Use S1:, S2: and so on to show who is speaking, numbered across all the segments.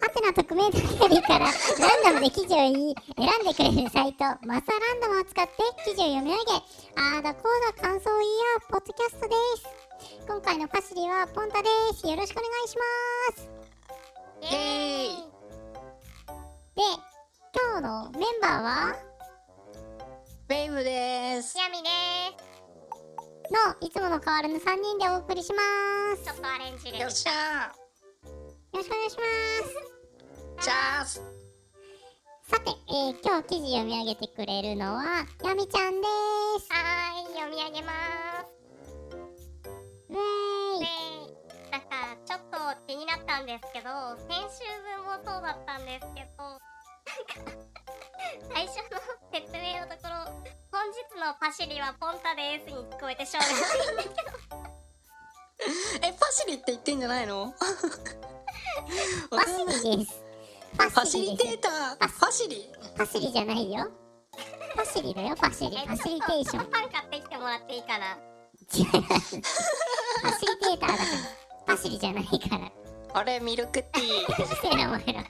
S1: ハテナ特命テレビからランダムで記事を選んでくれるサイト、マサランダムを使って記事を読み上げ、あーだこうだ感想を言い合うポッドキャストです。今回のパシリはポンタです。よろしくお願いします。
S2: イエーイ
S1: で、今日のメンバーは
S2: ベイブです
S3: やみです。
S1: のいつもの変わらぬ3人でお送りします。
S3: ちょっとアレンジで。
S2: よっしゃ
S1: よろしくお願いします。
S2: ーチャース
S1: さて、えー今日記事読み上げてくれるのはやみちゃんです。
S3: はーい、読み上げます。
S1: ウェー
S3: で
S1: イ、
S3: なんかちょっと気になったんですけど、先週分もそうだったんですけど、なんか最初の説明のところ、本日のパシリはポンタですに聞こえてしょうがない。
S2: え、パシリって言ってんじゃないのわ
S1: パ
S2: かんない
S1: シリです。
S2: ファシリテーターファシリ
S1: パシリじゃないよ。パシリだよ、パシリ。
S3: え
S1: ファシリテーシ
S3: ちょ
S1: ョ
S3: っとパン買ってきてもらっていいか
S1: ン。
S3: な。
S1: 違う。ファシリテーターだから。パシリじゃないから。
S2: あれ、ミルクティー
S1: うるせえな、お前ら。
S3: はい、じゃあ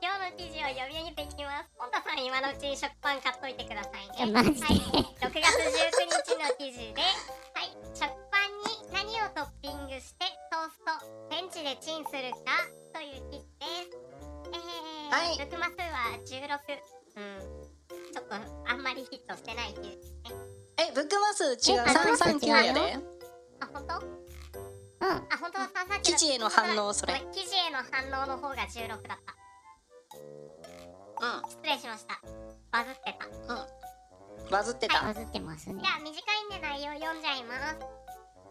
S3: 今日の記事を読み上げていきます。ポンタさん、今のうちに食パン買っといてください
S1: いや
S3: ね。
S1: マジで
S3: はい、6月19日の記事で、はい、食パンに何をトッピングしてトースト、レンジでチンするかという記事です。
S2: はい
S3: えー、6マスは16。うん、ちょっとあんまりヒットしてない記事ですね。
S2: え、ブックマス違う
S1: えブックマス
S2: 339やで
S3: あ、本当
S1: うん。
S3: あ、本当は339だ
S2: 記事への反応それ
S3: ごめん記事への反応の方が16だった。
S2: う
S3: 失礼しました。バズってた。
S2: ん、バズってた
S1: バズってますね
S3: じ。ゃあ短いんで内容読んじゃいます、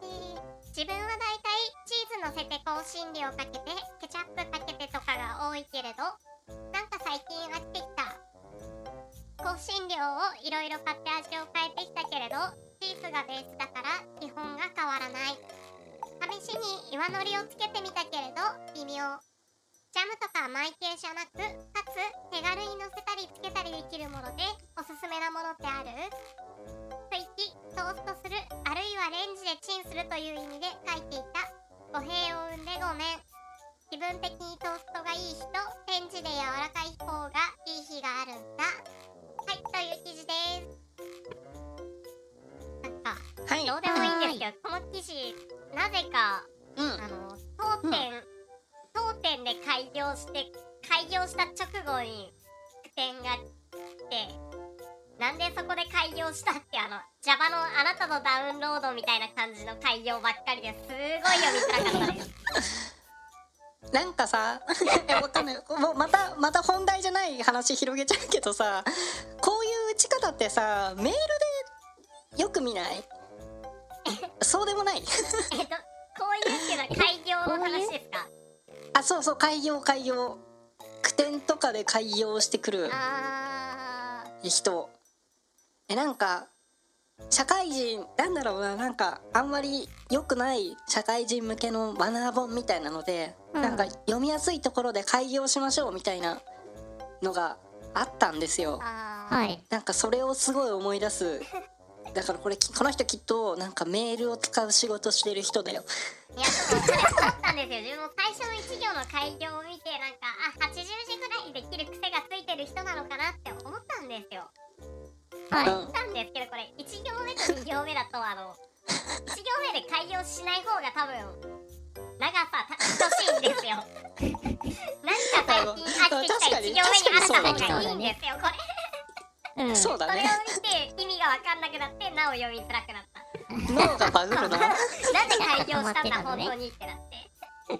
S3: えー自分はだいたいチーズのせて香辛料かけてケチャップかけてとかが多いけれどなんか最近飽きてきた香辛料をいろいろ買って味を変えてきたけれどチーズがベースだから基本が変わらない試しに岩のりをつけてみたけれど微妙ジャムとか甘い系じゃなくかつ手軽にのせたりつけたりできるものでおすすめなものってある吐息トーストするあるいはレンジでチンするという意味で書いていた語弊を生んでごめん気分的にトーストがいい日とレンジで柔らかい方がいい日があるんだはいという記事ですなんか
S2: はい、
S3: どうでもいいんですけどこの記事なぜか
S2: うん
S3: あの当店、当店で開業して開業した直後に副店が来てなんでそこで開業したってあの Java のあなたのダウンロードみたいな感じの開業ばっかりですごい読みづら かったです
S2: なんかさ えわかんないもうまたまた本題じゃない話広げちゃうけどさこういう打ち方ってさメールでよく見ないそうでもない
S3: えっとこういうっていうのは開業の話ですか
S2: あそうそう開業開業句点とかで開業してくる
S3: あー
S2: 人えなんか社会人なんだろうななんかあんまり良くない社会人向けのマナー本みたいなので、
S1: うん
S2: なんか読みやすいところで開業しましょうみたいなのがあったんですよ
S3: あー
S1: はい。
S2: なんかそれをすごい思い出すだからこれきこの人きっとなんかメールを使う仕事してる人だよ
S3: いやでもそれ思ったんですよ自分も最初の一行の開業を見てなんかあ80字ぐらいできる癖がついてる人なのかなって思ったんですよ
S1: はい。
S2: うん
S3: なんですけどこれ1行目と2行目だとあの1行目で開業しない方が多分長さた等しいんですよなんか最近飽きてきた1行目に新たなのがいいんですよこれ
S1: うん。
S2: そうだ
S3: それ
S2: ね
S3: を見て意味が分かんなくなってなお読みづらくなった
S2: 脳がバ グるな
S3: なんで開業したんだ本当にってなって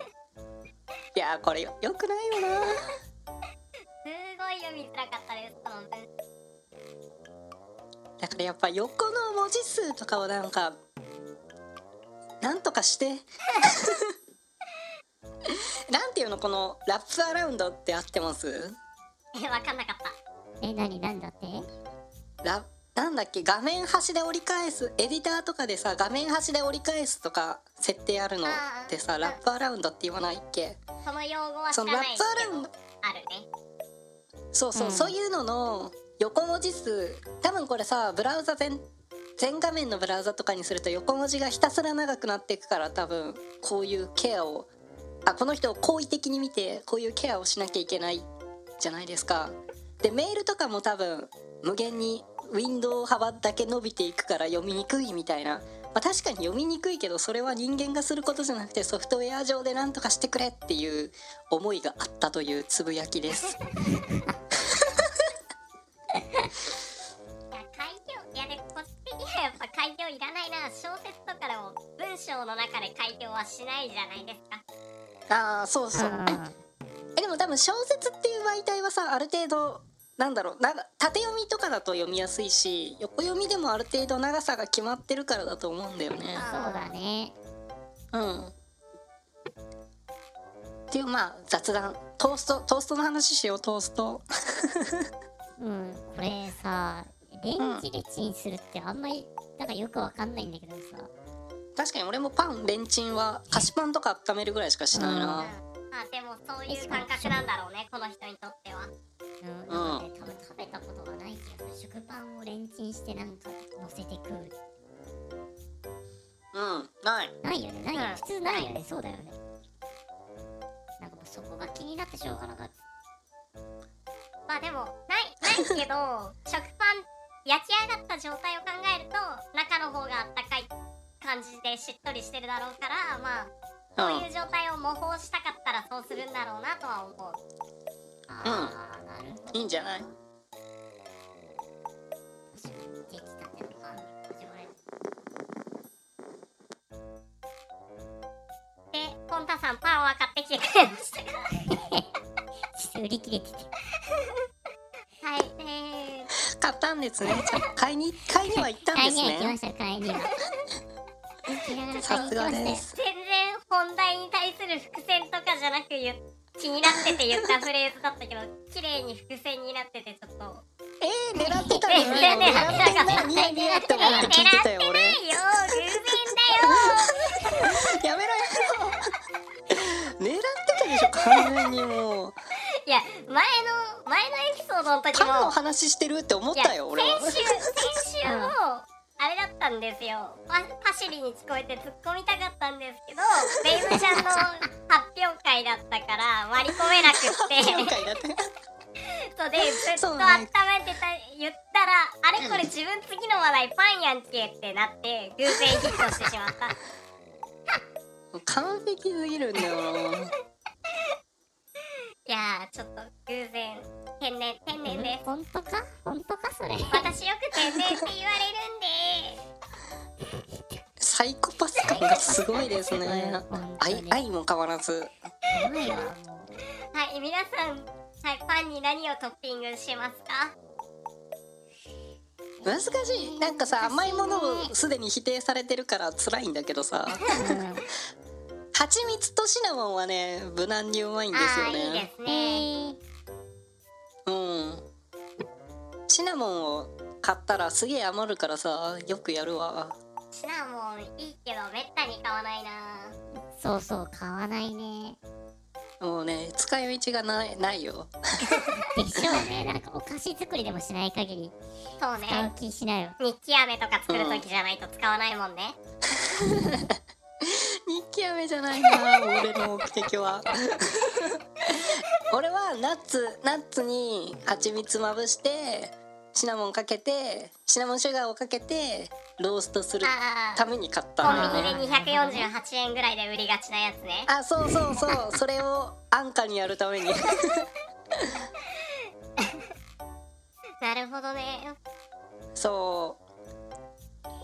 S2: いやーこれよよくないよな
S3: すごい読みづらかったですこの文
S2: だからやっぱ横の文字数とかをなんかなんとかして なんていうのこのラップアラウンドって合ってます
S3: え分かんなかった
S1: え、なになんだって
S2: ラなんだっけ画面端で折り返すエディターとかでさ画面端で折り返すとか設定あるのって
S3: あ
S2: さ
S3: ー
S2: ラップアラウンドって言わないっけ
S3: その用語は知
S2: そ
S3: ら
S2: のラッ
S3: ないで
S2: プ
S3: す
S2: ア
S3: け
S2: ラウンド
S3: どあるね
S2: そうそう、
S1: うん
S2: そういうのの横文字数多分これさブラウザ全全画面のブラウザとかにすると横文字がひたすら長くなっていくから多分こういうケアをあこの人を好意的に見てこういうケアをしなきゃいけないじゃないですかでメールとかも多分無限にウィンドウ幅だけ伸びていくから読みにくいみたいな、まあ、確かに読みにくいけどそれは人間がすることじゃなくてソフトウェア上で何とかしてくれっていう思いがあったというつぶやきです
S3: いや開業いやでこっち的にはやっぱ開業いらないな小説とかでも文章の中で開業はしないじゃないですか
S2: ああそうそうえ
S1: あ
S2: えでも多分小説っていう媒体はさある程度なんだろうな縦読みとかだと読みやすいし横読みでもある程度長さが決まってるからだと思うんだよね。
S1: ーそうだね
S2: うん、っていうまあ雑談トーストトーストの話しようトースト。
S1: うんこれさレンジでチンするってあんまりなんかよくわかんないんだけどさ
S2: 確かに俺もパンレンチンは菓子パンとか温めるぐらいしかしない
S3: うん
S2: な。
S3: あでもそういう感覚なんだろうねこの人にとっては
S1: うんなんかね多分食べたことがないけど食パンをレンチンしてなんか乗せて食う
S2: うんない。
S1: ないよねないよ
S3: うん
S1: ね普通ないよねそうだよねなんかもうそこが気になってしょうがなかった
S3: まあでもないないけ ど食パン焼き上がった状態を考えると中の方があったかい感じでしっとりしてるだろうからまあ
S2: う
S3: こうい
S2: ん
S3: う状態を模倣したかったらそうするんだろうなとは思う
S1: あーなるほど
S2: いいんじゃない
S1: 確かにできたてのパン自分で
S3: でポンタさんパンは買ってきてくれましたか
S1: ちょっと売り切れてて
S3: はいえー、
S2: 買ったんですね。じゃあ買いに買いには行ったん
S1: 買い
S2: です
S1: には行きま
S2: ね。
S1: した買いには行きながら買い
S2: さ
S1: に
S2: す
S1: 行
S2: が
S1: きま
S2: で
S1: し
S2: す。
S3: 全然本題に対する伏線とかじゃなく言っ気になってて言ったフレーズだったけど綺麗に伏線になっててちょっとよ
S2: えー、狙ってたのに
S3: 狙ってなかった
S2: 狙ってないニヤニヤって思って聞いてたよ俺。
S3: 偶然
S2: やめろやめろ狙ってたでしょ完全にもう
S3: だよいや前の前のエピソードの時
S2: パンの
S3: も
S2: 話してるって思っ
S3: いや
S2: たよ俺は
S3: 先週先週
S1: うん
S3: もあれだったんですよパパシリに聞こえて突っ込みたかったんですけどベイブちゃんの発表会だったから割り込めなくって
S2: 了解だって
S3: そう でずっと
S2: そう
S3: 温
S2: なん
S3: め
S2: です
S3: てた言ったらあれこれ自分次の話題パンやんけってなって偶然ヒットしてしまった
S2: 完璧すぎるんだよ
S3: いやーちょっと偶然天然天然
S1: て
S3: です
S1: 本当か本当かそれ
S3: 私よく天然って言われるんで
S2: サイコパス感がすごいですね
S1: 本当
S2: 愛
S1: に
S2: 愛も変わらず
S1: すごいわもう
S3: はい皆さんはいパンに何をトッピングしますか
S2: 難しいなんかさ甘いものをすでに否定されてるから辛いんだけどさ
S1: うん
S2: 蜂蜜とシナモンはね無難にうまいんです
S3: あ
S2: よ
S3: あーいいで
S2: ね
S3: すね
S2: うんシナモンを買ったらすげえ余るからさよくやるわ
S3: シナモンいいけどめったに買わないな
S1: そうそう買わないね
S2: もうね使い道がないないよ
S1: でしょうねなんかお菓子作りでもしない限り
S3: そう
S1: 買う
S3: ね
S1: 気しないわ
S3: 日記飴とか作る時じゃないと使わないもんね、
S2: 日記飴じゃないな俺の目的は俺はナッツナッツに蜂蜜まぶしてシナモンかけてシナモンシュガーをかけてローストする
S3: ああ
S2: ために買っ
S3: コ
S2: たん
S3: ン
S2: だ
S3: ビ
S2: よね
S3: ニで248円ぐらいで売りがちなやつね
S2: あそうそうそうそれを安価にやるために
S3: なるほどね
S2: そ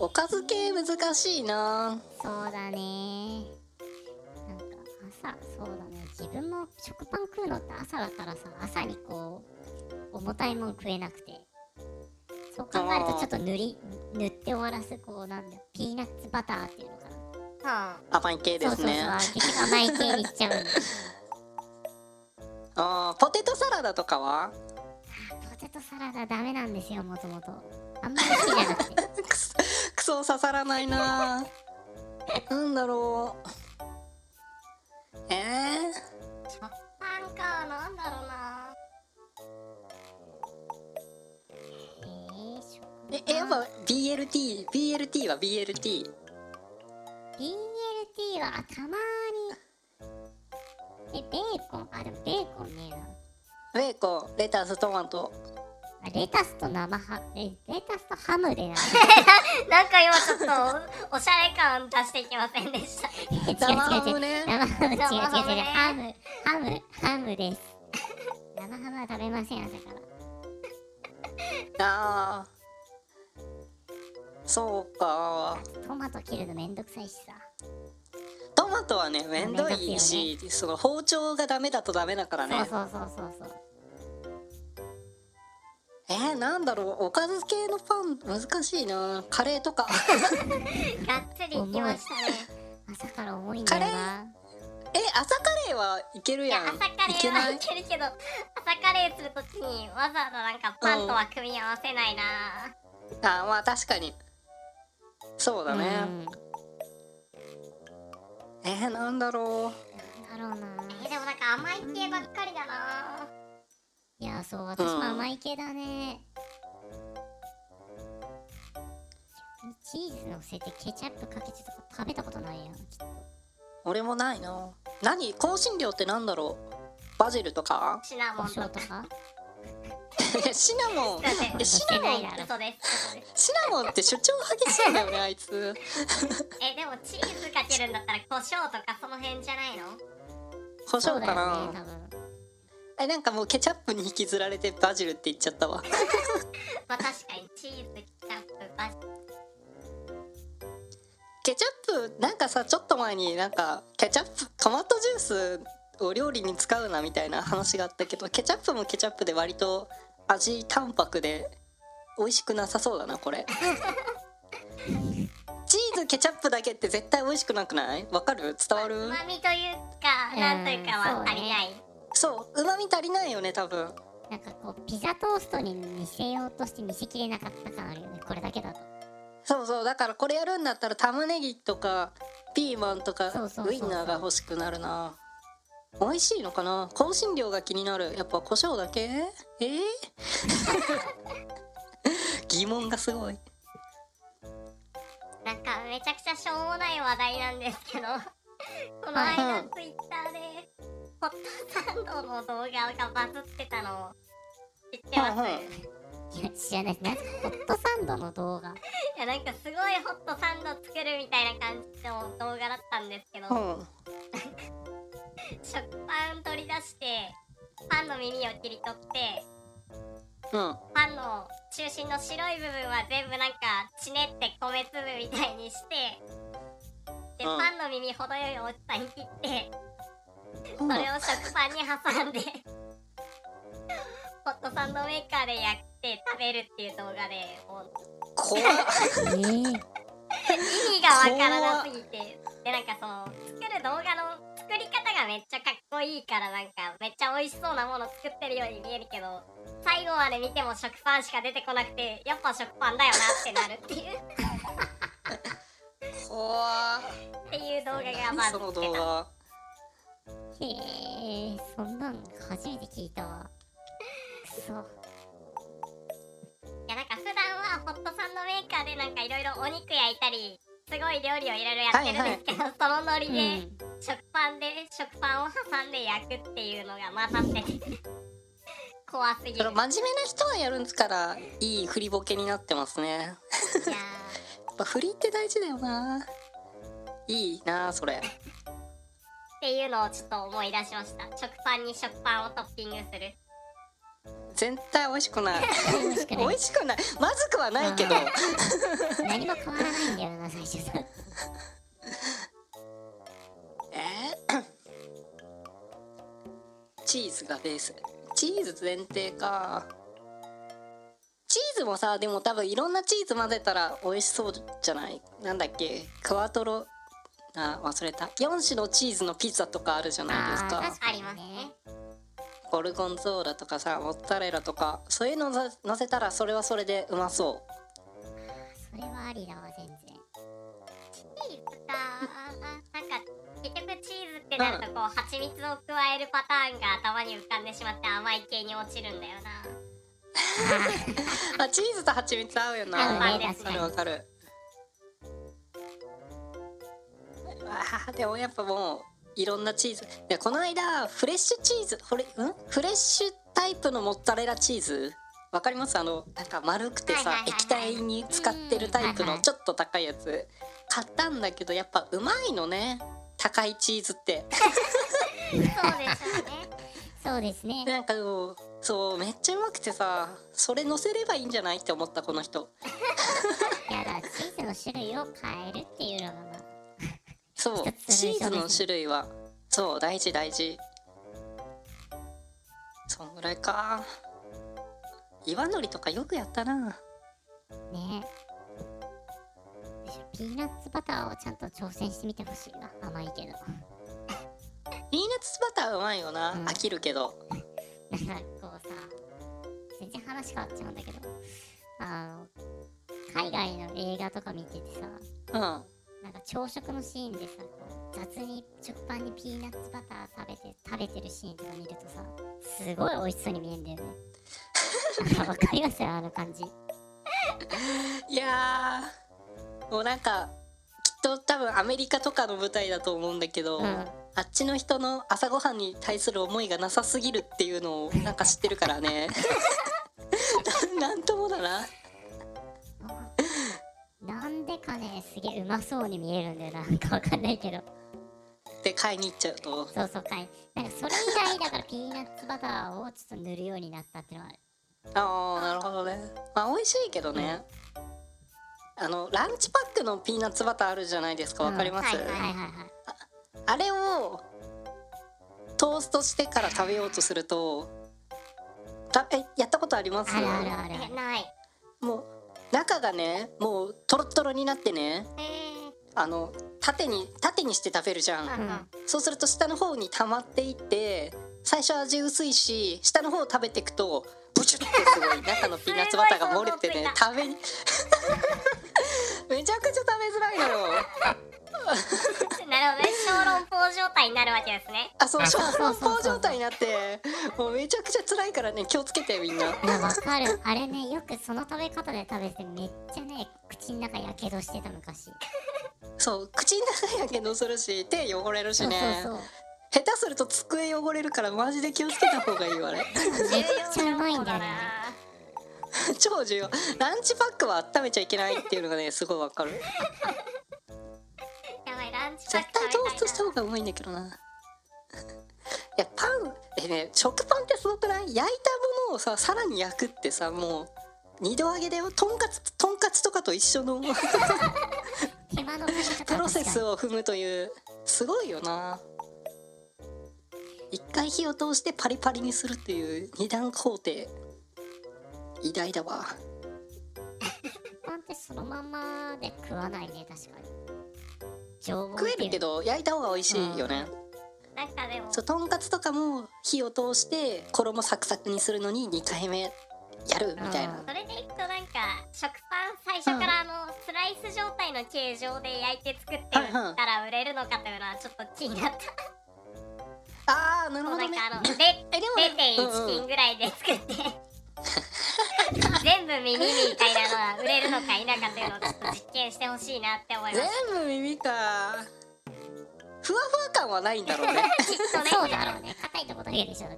S2: うおかず系難しいな
S1: そうだねなんか朝そうだね自分も食パン食うのって朝だからさ朝にこう重たいもん食えなくてそう考えるとちょっと塗り塗って終わらすこうなんだよピーナッツバターっていうのかな
S3: うんあ
S2: 甘い系で
S1: そう
S2: す
S1: そうそう
S2: ね
S1: あ結局甘い系にしちゃうんだよ
S2: あーポテトサラダとかは
S1: ポテトサラダダメなんですよもともとあんまり好きじゃなく て
S2: くそくそ刺さらないななんだろうえ
S3: パンかなんだろうな
S1: えー、食
S2: ー、ええやっぱ BLTBLT は BLT
S1: BLT はたまーにーコンあでもベーコンねえな
S2: ベーコンレタストマト
S1: あレタスと生ハムレタスとハムでな
S3: なんか今ちょっとおしゃれ感出してきませんでした。
S1: 違う違う
S2: 生ハ
S1: 違う
S2: ム ね
S1: 生ハム違う違う違う
S3: 生ハムね
S1: ハムハムハムです生ハムは食べません朝から
S2: あーそうか
S1: トマト切るのめんどくさいしさ
S2: トマトはねめんどいし、その包丁がダメだとダメだからね
S1: そうそうそうそうそう
S2: えー、なんだろうおかず系のパン難しいなカレーとか
S3: がっつりいきましたね。
S1: 朝から重いんだよな
S2: え朝カレーはいける
S3: いや
S2: やん
S3: 朝カレ
S2: け
S3: ーは
S2: ないい
S3: けるけど朝カレーするときにわざわざなんかパンとは組み合わせないな、
S2: あまあ確かにそうだね、
S1: うん
S2: えー、なんだろ
S1: なんだろうな
S3: えでもなんか甘い系ばっかりだない
S1: やそう私も甘い系だね、チーズのせてケチャップかけてとか食べたことないやん
S2: う俺もないな何香辛料ってなんだろうバジルとか
S3: シナ
S1: 胡
S3: モンと
S1: 椒
S3: か
S1: とか
S2: シナモン
S3: だって
S2: えシナモン
S1: だろ
S3: 嘘です嘘です
S2: シナモンって主張激しいんだよねあい つ
S3: えでもチーズかけるんだったら胡椒とかその辺じゃない の
S2: 胡
S1: そ
S2: 椒
S1: うだ
S2: か
S1: よね
S2: な、
S1: 多分
S2: えなんかもうケチャップに引きずられてバジルって言っちゃったわ
S3: まあ確かにチーズケチャップバジル
S2: ケチャップなんかさちょっと前になんかケチャップトマトジュースを料理に使うなみたいな話があったけどケチャップもケチャップで割と味淡白で美味しくなさそうだなこれチーズケチャップだけって絶対美味しくなくないわかる伝わる
S3: うまみというかなんというか
S1: う
S3: は
S1: ん
S3: 足りない、
S2: そううまみ足りないよね多分
S1: なんかこうピザトーストに似せようとして見せきれなかった感あるよねこれだけだと
S2: そうそうだからこれやるんだったら玉ねぎとかピーマンとか
S1: そうそうそうそう
S2: ウインナーが欲しくなるな美味しいのかな香辛料が気になるやっぱ胡椒だけえ ー、疑問がすごい
S3: なんかめちゃくちゃしょうもない話題なんです けどこの間ツイッターでホットサンドの動画がバズってたのを知ってます、
S2: はいはい
S3: い
S1: いや知らないなんかホットサンドの動 画
S3: やなんかすごいホットサンド作るみたいな感じの動画だったんですけど、
S2: うん
S3: 食パン取り出してパンの耳を切り取って
S2: うん
S3: パンの中心の白い部分は全部なんかちねって米粒みたいにしてで、
S2: うん
S3: パンの耳程よい大きさに切って
S2: う
S3: そ
S2: ん
S3: れを食パンに挟んでホットサンドメーカーで焼いて食べるっていう動画でもう
S2: 怖っ
S1: えー、
S3: 意味がわからなすぎてでなんかその作る動画の作り方がめっちゃかっこいいからなんかめっちゃ美味しそうなもの作ってるように見えるけど最後まで見ても食パンしか出てこなくてやっぱ食パンだよなってなるっていう
S2: 怖っ
S3: っていう動画が
S2: 何
S3: まあ
S2: その動画
S1: へえそんなん初めて聞いたわくそ
S3: いやなんか普段はホットサンドメーカーでなんかいろいろお肉焼いたりすごい料理をいろいろやってるんですけど、そのノリ
S1: う
S3: で
S1: ん
S3: 食パンで食パンを挟んで焼くっていうのがまたって怖すぎ
S2: そ
S3: る
S2: れ真面目な人がやるんですからいい振りボケになってますねや
S3: いや
S2: っぱ振りって大事だよないいなそれ
S3: ーっていうのをちょっと思い出しました食パンに食パンをトッピングする
S2: 絶対美味しくない
S1: 美味しく
S2: 美
S1: ない
S2: 味しくないまずくはないけど
S1: あ何も変わらないんだよな最初さ
S2: えーチーズがベースチーズ前提かチーズもさでも多分いろんなチーズ混ぜたら美味しそうじゃないなんだっけクワトロあ忘れた4種のチーズのピザとかあるじゃないです
S1: あー
S2: か
S1: 確か
S3: ありますね
S2: ゴルゴンゾーラとかさモッツァレラとかそういうのざ乗せたらそれはそれでうまそ
S1: それはありだわ全然
S3: チーズかなんか結局チーズってなるとこう蜂蜜を加えるパターンが頭に浮かんでしまって甘い系に落ちるんだよな
S2: うあチーズと蜂蜜合うよな
S1: 合
S3: うね
S2: わかるわかるわあでもやっぱもういろんなチーズでこの間フレッシュチーズこれうんフレッシュタイプのモッツァレラチーズわかりますあのなんか丸くてさ、
S3: はいはいはいはい
S2: 液体に使ってるタイプ
S1: うんはいは
S2: の
S1: い
S2: ちょっと高いやつ買ったんだけどやっぱうまいのね高いチーズって
S3: そうですよね。
S1: そうですね。
S2: なんかもうそうめっちゃうまくてさそれ乗せればいいんじゃないって思ったこの人
S1: いやだ、チーズの種類を変えるっていうのが、まあ
S2: そう
S1: 一つ
S2: チ
S1: 類
S2: ーズ
S1: と
S2: の
S1: です
S2: 種類はそう大事大事そんぐらいか岩のりとかよくやったな
S1: ね。ピーナッツバターをちゃんと挑戦してみてほしいわ。甘いけど。
S2: ピーナッツバターうまいよな、
S1: うん
S2: 飽きるけど
S1: なんかこうさ全然話変わっちゃうんだけどあの海外の映画とか見ててさ
S2: うんあ
S1: なんか朝食のシーンでさこう雑に食パンにピーナッツバター食べて食べてるシーンとか見るとさすごい美味しそうに見えんだよね なんかわかりますよあの感じ
S2: いやーもうなんかきっと多分アメリカとかの舞台だと思うんだけど、
S1: うん
S2: あっちの人の朝ごはんに対する思いがなさすぎるっていうのをなんか知ってるか らねななんともだな
S1: なんでかねすげえうまそうに見えるんだよななんかわかんないけど
S2: で買いに行っちゃうと
S1: そうそうかいなんかそれ以来だからピーナッツバターをちょっと塗るようになったっていうのはある
S2: ああなるほどねまあ美味しいけどねあのランチパックのピーナッツバターあるじゃないですかわかります、
S3: うんはい
S1: はいはいはい
S2: あれをトーストしてから食べようとするとたえやったことあります
S1: あるあるあるあ
S3: え
S1: る
S3: ない。
S2: もう中がねもうトロトロになってね
S3: えー、
S2: あの縦に縦にして食べるじゃん、
S3: うんうん。
S2: そうすると下の方に溜まっていって最初味薄いし下の方を食べていくとブチュってすごい中のピーナッツバターが漏れてね食べ めちゃくちゃ食べづらいのよ
S3: なるほどね。小籠包状態になるわけですね。
S2: あそう小
S1: そう
S2: 籠
S1: そうそう
S2: 包状態になってもうめちゃくちゃ辛いからね気をつけてみんない
S1: やわかるあれねよくその食べ方で食べてめっちゃね口の中やけどしてた昔、
S2: そう口の中やけどするし手汚れるし
S1: そう
S2: ね
S1: そう
S2: 下手すると机汚れるからマジで気をつけた方がいいわあれ
S1: そうめっちゃうまいんだよね
S2: 超重要ランチパックは温めちゃいけないっていうのがねすごいわかる
S3: やばいランチパッ
S2: 絶
S3: ク
S2: 対トースト
S3: 食べ
S2: したた
S3: い
S2: 方がうまいんだけどな いやパンえね食パンってすごくない焼いたものをささらに焼くってさもう二度揚げだよとんかつとんかつとかと一緒の
S1: 手間のかけ方
S2: プロセス
S1: を
S2: を踏むというすごいよな一回火を通してパリパリにするっていう二段工程偉大だわ
S1: パンってそのままで食わないね確かに常温
S2: 食えるけ
S1: ど
S2: ど焼いた方が美味しいよね、
S3: なんかでも
S2: そうとんかつとかも火を通して衣サクサクにするのに2回目やるみたいな
S3: それでいくとなんか食パン最初からあのスライス状態の形状で焼いて作って売ったら売れるのかというのはちょっと気になった
S2: ああなる
S3: そ
S2: ほ
S3: うな
S2: ど
S3: ん
S2: ね
S3: かあので
S2: えでもね
S3: 0.1
S2: うんう
S3: 斤
S2: ん
S3: ぐらいで作って 全部耳みたいなのは売れるのか否かというのをちょっと実験してほしいなって思います
S2: 全部耳かふわふわ感はないんだろうね
S3: きっとね
S1: そうだろうね硬いとこだけでしょ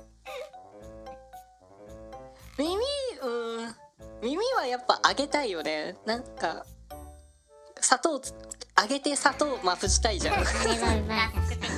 S2: 耳うん耳はやっぱ揚げたいよねなんか砂糖つ揚げて砂糖まぶしたいじゃん
S1: あれはうまい
S3: ラスク的